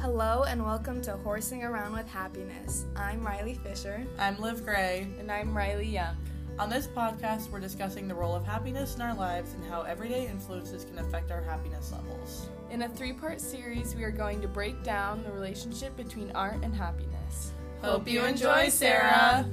Hello and welcome to Horsing Around with Happiness. I'm Riley Fisher. I'm Liv Gray. And I'm Riley Young. On this podcast, we're discussing the role of happiness in our lives and how everyday influences can affect our happiness levels. In a three part series, we are going to break down the relationship between art and happiness. Hope you enjoy, Sarah!